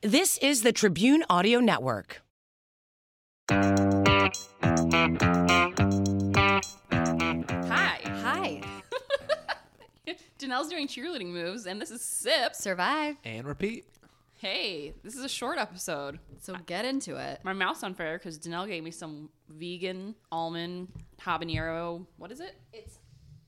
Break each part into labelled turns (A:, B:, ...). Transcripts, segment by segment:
A: This is the Tribune Audio Network.
B: Hi.
C: Hi.
B: Danelle's doing cheerleading moves, and this is Sips.
C: Survive.
D: And repeat.
B: Hey, this is a short episode.
C: So get into it.
B: My mouth's on fire because Danelle gave me some vegan almond habanero. What is it?
C: It's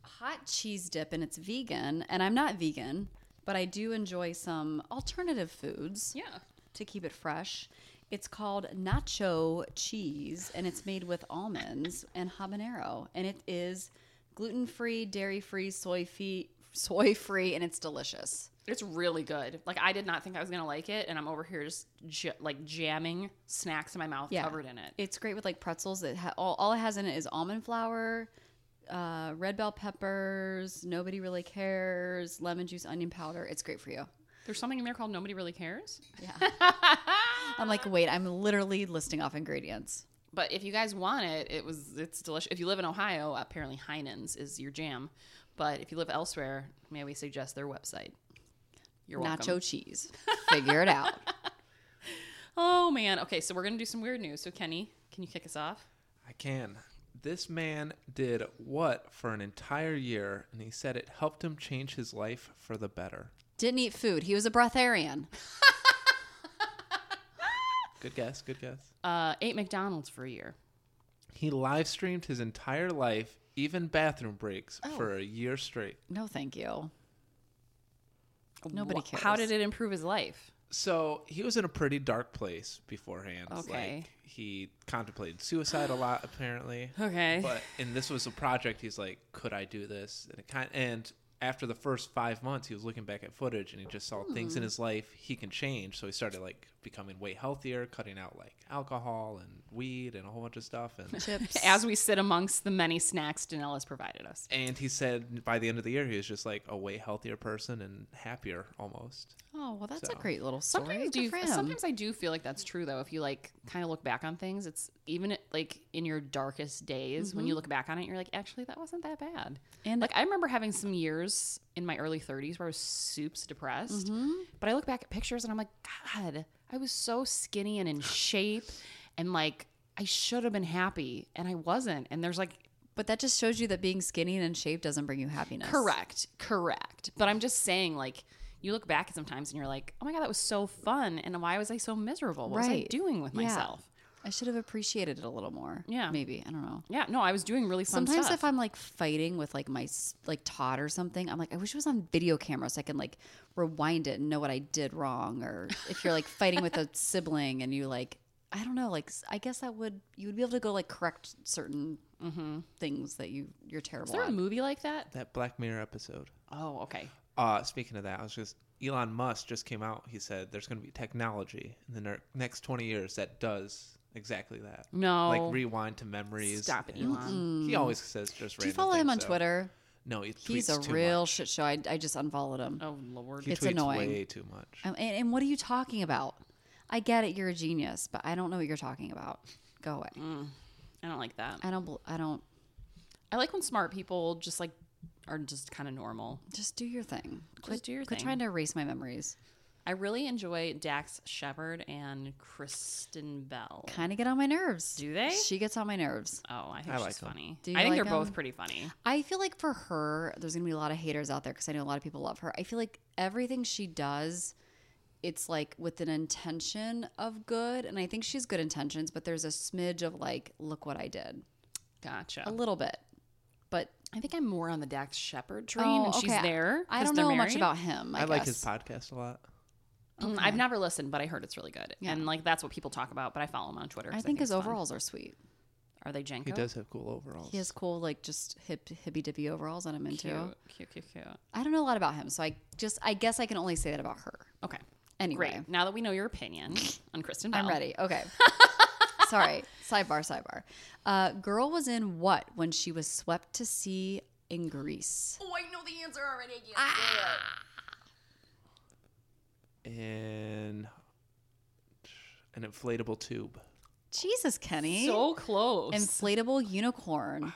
C: hot cheese dip and it's vegan. And I'm not vegan, but I do enjoy some alternative foods
B: Yeah.
C: to keep it fresh. It's called nacho cheese and it's made with almonds and habanero. And it is gluten free, dairy free, soy free. Soy free and it's delicious.
B: It's really good. Like I did not think I was gonna like it, and I'm over here just j- like jamming snacks in my mouth covered in it.
C: It's great with like pretzels. It ha- all, all it has in it is almond flour, uh, red bell peppers. Nobody really cares. Lemon juice, onion powder. It's great for you.
B: There's something in there called nobody really cares.
C: I'm like, wait, I'm literally listing off ingredients.
B: But if you guys want it, it was it's delicious. If you live in Ohio, apparently Heinen's is your jam. But if you live elsewhere, may we suggest their website? You're welcome.
C: Nacho cheese. Figure it out.
B: Oh man. Okay, so we're gonna do some weird news. So Kenny, can you kick us off?
D: I can. This man did what for an entire year, and he said it helped him change his life for the better.
C: Didn't eat food. He was a breatharian.
D: Good guess, good guess.
B: Uh, ate McDonald's for a year.
D: He live streamed his entire life, even bathroom breaks, for a year straight.
C: No, thank you. Nobody
B: Wh-
C: cares.
B: How did it improve his life?
D: So he was in a pretty dark place beforehand.
B: Okay.
D: Like he contemplated suicide a lot, apparently.
B: Okay.
D: But and this was a project. He's like, could I do this? And it kind and after the first five months, he was looking back at footage and he just
B: Hmm.
D: saw things in his life he can change. So he started like becoming way healthier, cutting out like alcohol and weed and a whole bunch of stuff. And
C: Chips.
B: As we sit amongst the many snacks Danelle has provided us.
D: and he said by the end of the year, he was just like a way healthier person and happier almost.
C: oh, well, that's a
D: So.
C: great little story.
B: Sometimes,
C: Good
B: do,
C: for him.
B: sometimes I do feel like that's true though. If you like kind of look back on things, it's even at, like in your darkest days when you look back on it, you're like, actually, that wasn't that bad.
C: And-
B: And like I remember having some years in my early 30s where I was soups depressed, but I look back at pictures and I'm like, God, I was so skinny and in shape, and like I should have been happy, and I wasn't. And there's like
C: but that just shows you that being skinny and in shape doesn't bring you happiness.
B: Correct, correct. But I'm just saying, like, you look back at sometimes and you're like, oh my God, that was so fun. And why was I so miserable? What was I
C: Right.
B: doing with
C: Yeah.
B: myself?
C: I should have appreciated it a little more.
B: Yeah.
C: Maybe. I don't know.
B: Yeah, no, I was doing really fun
C: Sometimes
B: stuff.
C: if I'm like fighting with like my s- like Todd or something, I'm like, I wish it was on video camera so I can like rewind it and know what I did wrong. Or if you're like fighting with a sibling and you like, I don't know, like s- I guess that would you would be able to go like correct certain things that you
B: Mm-hmm.
C: you're
B: Is
C: terrible
B: there a
C: at.
B: movie like that?
D: That Black Mirror episode.
B: Oh, okay.
D: Uh, speaking of that, I was just Elon Musk just came out. He said there's going to be technology in the ner- next 20 years that does exactly that.
B: No.
D: like rewind to memories.
B: Stop it,
D: and
B: Elon.
D: He always says just.
C: Do you follow him on Twitter?
D: No, he
C: He's
D: tweets
C: a
D: too
C: real
D: Much.
C: shit show. I, I just unfollowed him.
B: Oh, Lord.
D: He
C: it's
D: tweets
C: annoying.
D: way too much.
C: Um, And, and what are you talking about? I get it, you're a genius, but I don't know what you're talking about. Go away.
B: Mm. I don't like that.
C: I don't. bel- I don't.
B: I like when smart people just like are just kind of normal.
C: Just do your thing. Quit,
B: do your
C: quit
B: thing.
C: trying to erase my memories.
B: I really enjoy Dax Shepard and Kristen Bell.
C: Kind of get on my nerves.
B: Do they?
C: She gets on my nerves.
B: Oh, I think
D: I like
B: she's
D: 'em.
B: funny.
C: Do you
B: I think
C: like
B: they're both
C: 'em?
B: pretty funny.
C: I feel like for her, there's gonna be a lot of haters out there because I know a lot of people love her. I feel like everything she does, it's like with an intention of good, and I think she's good intentions, but there's a smidge of like, look what I did,
B: Gotcha.
C: a little bit. But
B: I think I'm more on the Dax Shepard train,
C: Oh,
B: and she's
C: okay.
B: there.
C: I
B: 'cause
C: don't
B: they're
C: know much
B: married.
C: about him. I,
D: I, like his
C: guess.
D: podcast a lot.
B: Mm, I've never listened, but I heard it's really good,
C: Yeah.
B: and like that's what people talk about. But I follow him on Twitter.
C: I
B: 'cause
C: think his
B: it's fun.
C: overalls are sweet.
B: are they Jenko?
D: He does have cool overalls.
C: He has cool, like just hip hippy dippy overalls that I'm into.
B: Cute, cute, cute, cute.
C: I don't know a lot about him, so I just I guess I can only say that about her.
B: Okay,
C: Anyway,
B: great. Oh. Now that we know your opinion on Kristen, Bell,
C: I'm ready. Okay. Sorry. Sidebar, sidebar. Uh, girl was in what when she was swept to sea in Greece?
B: Oh, I know the answer already. I
D: in an inflatable tube.
C: Jesus, Kenny.
B: So close.
C: Inflatable unicorn.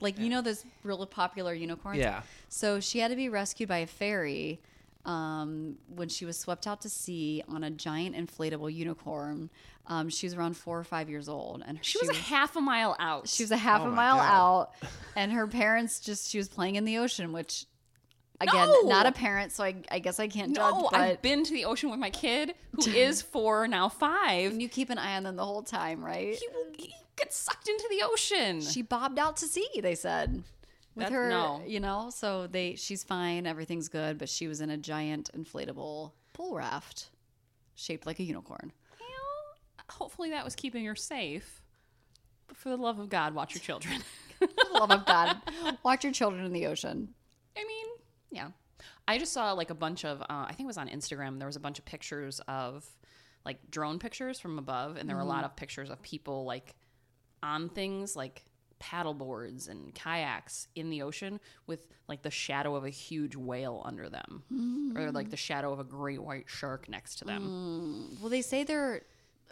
C: Like, you know, those really popular unicorns?
D: Yeah.
C: So she had to be rescued by a ferry um, when she was swept out to sea on a giant inflatable unicorn. Um, she was around four or five years old, and
B: She was a half a mile out.
C: she was a half
D: Oh
C: a
D: my
C: mile
D: God.
C: out, and her parents just she was playing in the ocean, which again,
B: No!
C: not a parent, so I, I guess I can't judge.
B: no,
C: But
B: I've been to the ocean with my kid, who is four now five.
C: and you keep an eye on them the whole time, right?
B: He will he gets sucked into the ocean.
C: she bobbed out to sea. They said with
B: That-
C: her,
B: no.
C: you know. So they she's fine, everything's good, but she was in a giant inflatable pool raft shaped like a unicorn.
B: Well, hopefully that was keeping her safe. But for the love of God, watch your children.
C: For the love of God, watch your children in the ocean.
B: I mean, yeah. I just saw like a bunch of, uh, I think it was on Instagram, there was a bunch of pictures of like drone pictures from above, and there were a
C: Mm-hmm.
B: lot of pictures of people like on things like paddle boards and kayaks in the ocean with like the shadow of a huge whale under them or like the
C: Mm.
B: shadow of a great white shark next to them.
C: Well, they say they're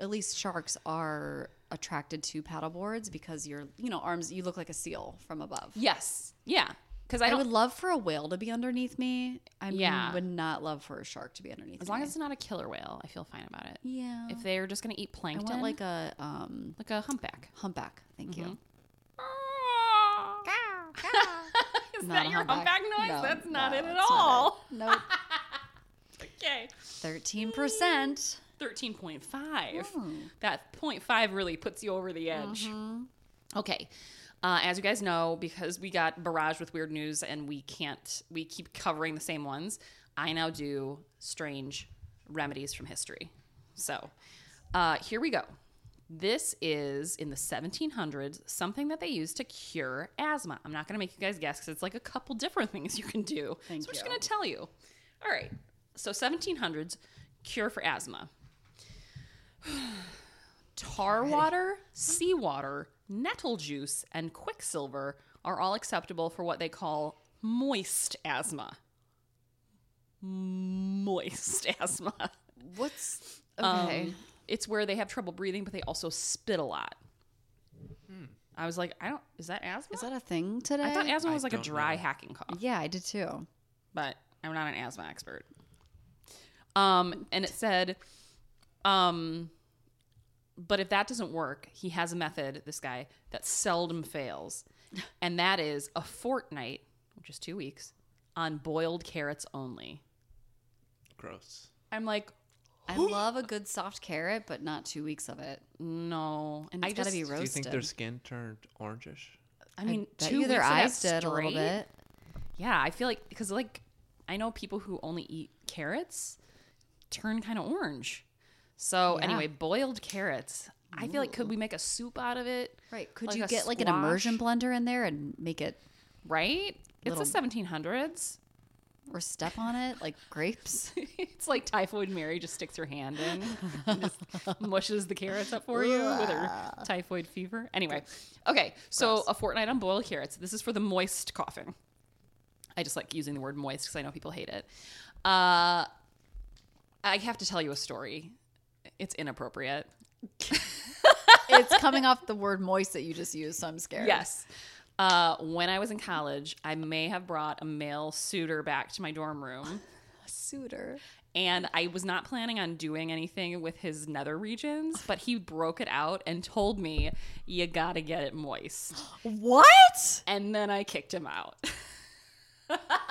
C: at least sharks are attracted to paddleboards because your you know arms you look like a seal from above.
B: Yes. Yeah. Because I,
C: I
B: don't,
C: would love for a whale to be underneath me. I
B: Yeah.
C: would not love for a shark to be underneath.
B: as long
C: me.
B: as it's not a killer whale, I feel fine about it.
C: yeah,
B: If they're just going to eat
C: I
B: plankton,
C: want
B: like
C: like a um
B: like a humpback.
C: humpback. Thank you.
B: Is
C: Not
B: that
C: a
B: your
C: humpback.
B: humpback noise?
C: No,
B: That's not
C: no,
B: it at
C: it's not
B: all.
C: Nope.
B: Okay.
C: Thirteen percent.
B: 13.5. Hmm. That 0.5 really puts you over the edge. Mm-hmm. Okay. Uh, as you guys know, because we got barraged with weird news and we can't, we keep covering the same ones, I now do strange remedies from history. So uh, here we go. This is in the 1700s, something that they used to cure asthma. I'm not going to make you guys guess because it's like a couple different things you can do.
C: Thank
B: so I'm just
C: you.
B: going to tell you. All right. So 1700s, cure for asthma tar water, seawater, nettle juice, and quicksilver are all acceptable for what they call moist asthma. Moist asthma.
C: What's
B: Um,
C: okay?
B: it's where they have trouble breathing, but they also spit a lot. I was like, I don't. Is that asthma?
C: Hmm. Is that a thing today?
B: I thought asthma
D: I
B: was like a
D: don't
B: dry
D: know.
B: hacking cough
C: yeah, I did too.
B: but I'm not an asthma expert. Um, and it said, um, but if that doesn't work, he has a method, this guy, that seldom fails. And that is a fortnight, which is two weeks, on boiled carrots only.
D: Gross.
B: I'm like,
C: I love a good soft carrot, but not two weeks of it.
B: no.
C: And it's
B: I
C: got to
B: just,
C: be
D: Do
C: roasted.
D: you think their skin turned orangish?
B: I mean,
C: bet
B: two
C: you their
B: weeks of that
C: eyes did a little
B: straight?
C: bit.
B: Yeah, I feel like, because like, I know people who only eat carrots turn kind of orange. So
C: Yeah.
B: anyway, boiled carrots. I feel like could we make a soup out of it?
C: Right. Could
B: Like
C: you
B: a
C: get like an immersion
B: squash?
C: blender in there and make it
B: Right?
C: Little-
B: It's the 1700s.
C: or step on it like grapes?
B: it's like Typhoid Mary just sticks her hand in, and just mushes the carrots up for you with her typhoid fever. Anyway, okay, so a fortnight on boiled carrots. This is for the moist coughing. I just like using the word moist because I know people hate it. Uh, I have to tell you a story. It's inappropriate.
C: it's coming off the word moist that you just used, so I'm scared.
B: Yes. Uh, when I was in college, I may have brought a male suitor back to my dorm room.
C: Suitor.
B: and I was not planning on doing anything with his nether regions, but he broke it out and told me, "You gotta get it moist,"
C: What?
B: and then I kicked him out.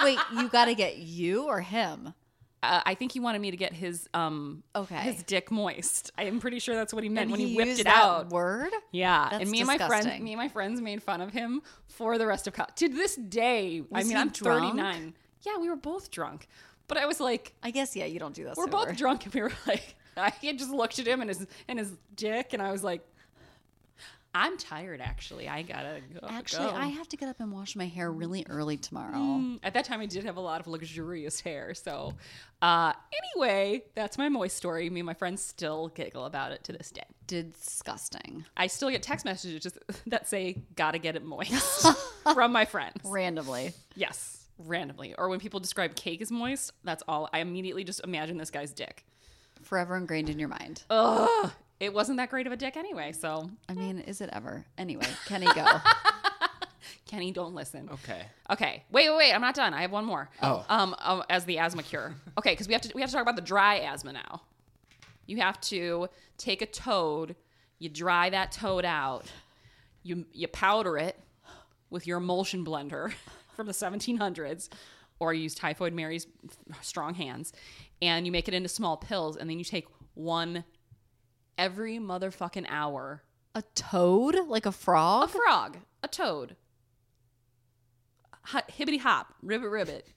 C: Wait, you got to get you or him?
B: Uh, I think he wanted me to get his um
C: Okay.
B: his dick moist. I am pretty sure that's what he meant when he,
C: he
B: whipped
C: used
B: it
C: that
B: out.
C: Word?
B: Yeah,
C: That's
B: and me and my friends,
C: disgusting.
B: me and my friends made fun of him for the rest of college. To this day, I
C: Was
B: mean,
C: he
B: I'm
C: drunk?
B: 39. Yeah, we were both drunk, but I was like,
C: I guess yeah. You don't do that.
B: we're
C: sober.
B: both drunk and we were like i had just looked at him and his and his dick and i was like i'm tired actually i gotta go
C: Actually,
B: go."
C: I have to get up and wash my hair really early tomorrow.
B: Mm, at that time i did have a lot of luxurious hair so uh anyway that's my moist story me and my friends still giggle about it to this day
C: Disgusting.
B: i still get text messages just- that say gotta get it moist from my friends
C: Randomly.
B: yes randomly or when people describe cake as moist that's all i immediately just imagine this guy's dick
C: Forever ingrained in your mind.
B: Oh. Ugh, it wasn't that great of a dick anyway so
C: I mean, is it ever? Anyway, Kenny, go.
B: Kenny, don't listen.
D: Okay.
B: Okay. Wait, wait, wait. I'm not done. I have one more.
D: Oh.
B: Um, um, as the asthma cure. Okay, because we have to we have to talk about the dry asthma now. You have to take a toad, you dry that toad out, you you powder it with your emulsion blender from the 1700s, or you use Typhoid Mary's strong hands, and you make it into small pills, and then you take one every motherfucking hour.
C: A toad? Like a
B: A
C: frog?
B: frog, a toad, Hi- hibbity hop, ribbit ribbit.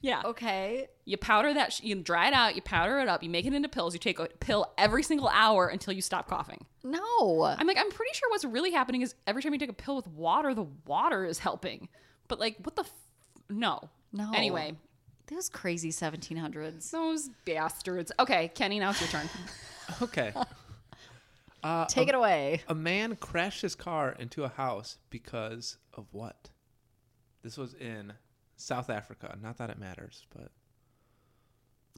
B: Yeah.
C: Okay.
B: You powder that, sh- you dry it out, you powder it up, you make it into pills, you take a pill every single hour until you stop coughing.
C: No.
B: I'm like, I'm pretty sure what's really happening is every time you take a pill with water, the water is helping. But like, what the f- no.
C: No.
B: Anyway,
C: Those crazy 1700s.
B: those bastards. Okay, Kenny, now it's your turn.
D: Okay.
C: Take it away.
D: a man crashed his car into a house because of what? This was in South Africa. Not that it matters, but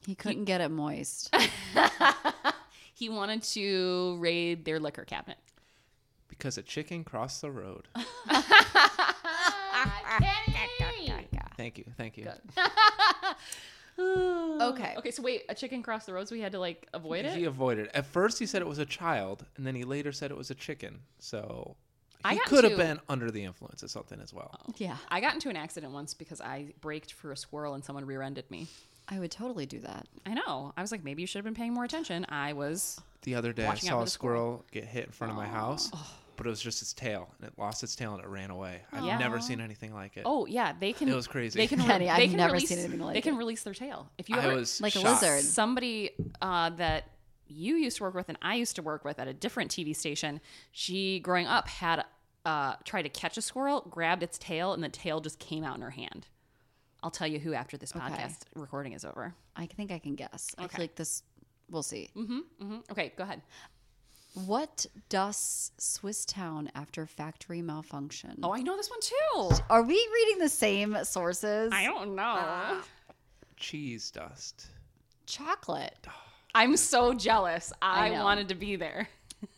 C: He couldn't get it moist.
B: he wanted to raid their liquor cabinet.
D: because a chicken crossed the road. Thank you. Thank you.
C: okay.
B: Okay, so wait, a chicken crossed the road, so we had to like avoid it.
D: He avoided. it. At first, he said it was a child, and then he later said it was a chicken. So
B: I
D: he
B: got Oh.
D: could
B: two.
D: have been under the influence of something as well.
C: Yeah.
B: I got into an accident once because I braked for a squirrel and someone rear-ended me.
C: I would totally do that.
B: I know. I was like, maybe you should have been paying more attention. I was.
D: The other day,
B: Watching
D: I
B: out
D: saw
B: for
D: a
B: the Oh.
D: squirrel get hit in front of my house, but it was just its tail, and it lost its tail and it ran away. I've
B: Yeah.
D: never seen anything like it.
B: Oh yeah, they can.
D: It was crazy.
B: They can.
C: Kenny,
B: they
C: I've
B: can
C: never
B: release,
C: seen anything like
B: They can
C: it.
B: release their tail. If you
D: I
B: ever
D: was
C: Like a
D: shocked.
C: lizard.
B: somebody uh, that you used to work with and I used to work with at a different TV station, she growing up had uh, tried to catch a squirrel, grabbed its tail, and the tail just came out in her hand. I'll tell you who after this podcast recording is over.
C: I think I can guess. I
B: Okay.
C: feel like this, we'll see.
B: hmm hmm Okay, go ahead. Mm-hmm.
C: What dusts Swiss Town after factory malfunction?
B: Oh, I know this one too.
C: Are we reading the same sources?
B: I don't know.
D: Cheese dust.
C: Chocolate.
B: I'm so jealous. I,
C: know.
B: wanted to be there.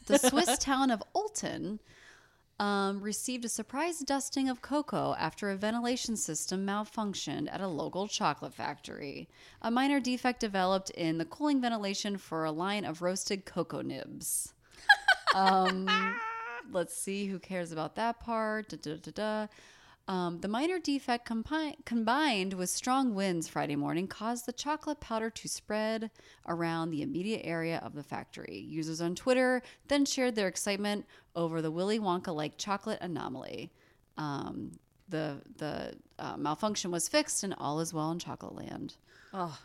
C: The Swiss town of Olten um, received a surprise dusting of cocoa after a ventilation system malfunctioned at a local chocolate factory. A minor defect developed in the cooling ventilation for a line of roasted cocoa nibs. Um, let's see who cares about that part. Da, da, da, da. Um, the minor defect compi- combined with strong winds Friday morning caused the chocolate powder to spread around the immediate area of the factory. Users on Twitter then shared their excitement over the Willy Wonka like chocolate anomaly. Um, the the uh, malfunction was fixed and all is well in Chocolate Land.
B: Oh,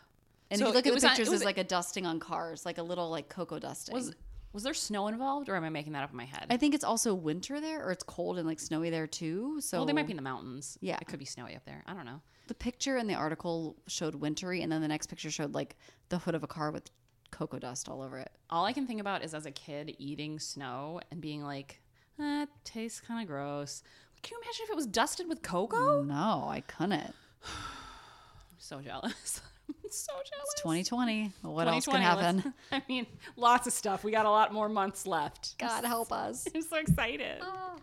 C: And
B: So
C: if you look
B: it
C: at the
B: was on- it
C: pictures,
B: was-
C: there's like a dusting on cars, like a little like cocoa dusting.
B: was was there snow involved, or am I making that up in my head?
C: I think it's also winter there, or it's cold and like snowy there too. So
B: well, they might be in the mountains.
C: Yeah.
B: it could be snowy up there. I don't know.
C: The picture in the article showed wintry, and then the next picture showed like the hood of a car with cocoa dust all over it.
B: All I can think about is as a kid eating snow and being like, "That tastes kind of gross." Can you imagine if it was dusted with cocoa?
C: No, I couldn't.
B: I'm so jealous. I'm so jealous.
C: It's 2020. What else can
B: 2020, let's-
C: happen?
B: I mean, lots of stuff. We got a lot more months left.
C: God help us.
B: I'm so excited. Ah.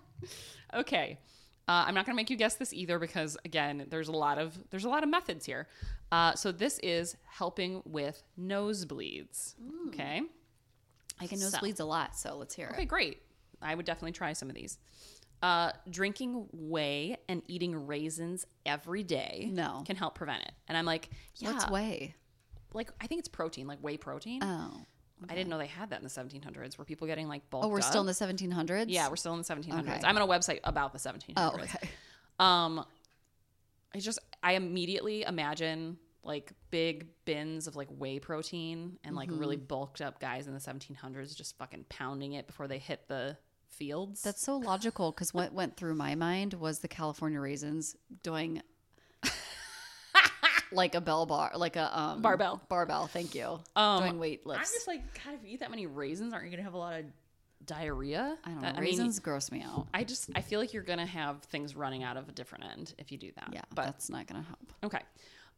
B: Okay. Uh, I'm not going to make you guess this either because again, there's a lot of there's a lot of methods here. Uh, so this is helping with nosebleeds.
C: Mm.
B: Okay.
C: I can nosebleeds a lot, so let's hear
B: Okay,
C: it.
B: great. I would definitely try some of these. Uh, drinking whey and eating raisins every day
C: No.
B: can help prevent it. And I'm like, yeah,
C: What's way?
B: like I think it's protein, like whey protein.
C: Oh,
B: I didn't know they had that in the 1700s. Were people getting like bulked
C: oh, we're still
B: up?
C: in the 1700s.
B: yeah, we're still in the 1700s.
C: Okay.
B: I'm on a website about the 1700s.
C: Oh, okay.
B: Um, I just I immediately imagine like big bins of like whey protein and like really
C: Mm-hmm.
B: bulked up guys in the 1700s just fucking pounding it before they hit the fields.
C: That's so logical because what went through my mind was the California raisins doing like a bell bar, like a um,
B: Barbell.
C: Barbell. Thank you.
B: Um,
C: doing weight
B: I'm
C: lifts.
B: just like, God, if you eat that many raisins, aren't you gonna have a lot of diarrhea?
C: I don't know.
B: That-
C: raisins
B: mean,
C: gross me out.
B: I just I feel like you're gonna have things running out of a different end if you do that.
C: Yeah,
B: uh, but
C: that's not going to help.
B: Okay.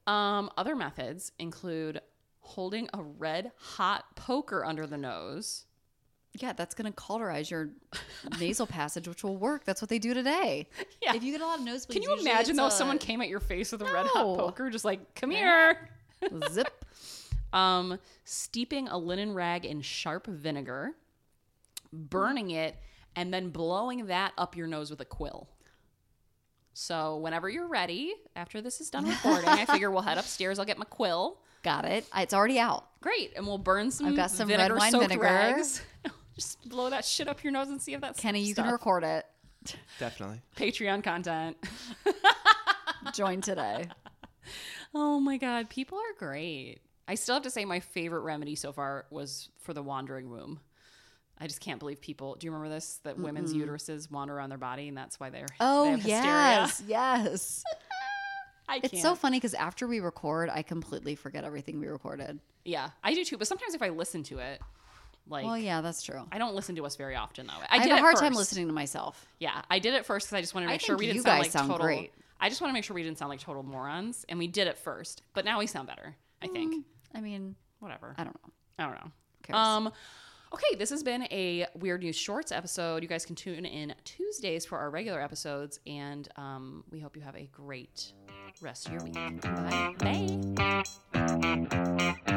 B: Um, other methods include holding a red hot poker under the nose
C: Yeah, that's going to cauterize your nasal passage, which will work. That's what they do today.
B: Yeah.
C: If you get a lot of nosebleeds,
B: Can you
C: usually
B: imagine
C: it's
B: though?
C: a
B: if Someone came at your face with a red hot
C: E. No.
B: poker, just like, come here.
C: zip.
B: Um, steeping a linen rag in sharp vinegar, burning it, and then blowing that up your nose with a quill. So whenever you're ready, after this is done recording, I figure we'll head upstairs. I'll get my quill.
C: Got it. Uh, It's already out.
B: Great, and we'll burn some.
C: I've got some red
B: vinegar
C: wine
B: soaked
C: vinegar.
B: rags. Just blow that shit up your nose and see if that's
C: Kenny, you
B: stuff.
C: can record it.
D: Definitely.
B: Patreon content.
C: Join today.
B: Oh my god, people are great. I still have to say my favorite remedy so far was for the wandering womb. I just can't believe people. Do you remember this? That women's uteruses wander around their body, and that's why they're they
C: Oh
B: have hysteria.
C: yes, yes.
B: I can't.
C: It's so funny because after we record, I completely forget everything we recorded.
B: yeah, I do too. But sometimes if I listen to it, like
C: Well, yeah, that's true.
B: I don't listen to us very often though. I,
C: I,
B: did
C: have
B: it
C: a hard
B: first.
C: time listening to myself.
B: Yeah, I did it first because I just wanted to
C: I
B: make sure
C: think
B: we didn't
C: you
B: sound
C: guys
B: like
C: sound
B: total.
C: great.
B: I just want to make sure we didn't sound like total morons, and we did it first. But now we sound better. I think.
C: Mm, I mean,
B: Whatever.
C: I don't know.
B: I don't know.
C: cares?
B: Um, okay, this has been a Weird News Shorts episode. You guys can tune in Tuesdays for our regular episodes, and um, we hope you have a great rest of your week.
C: Bye.
B: Bye.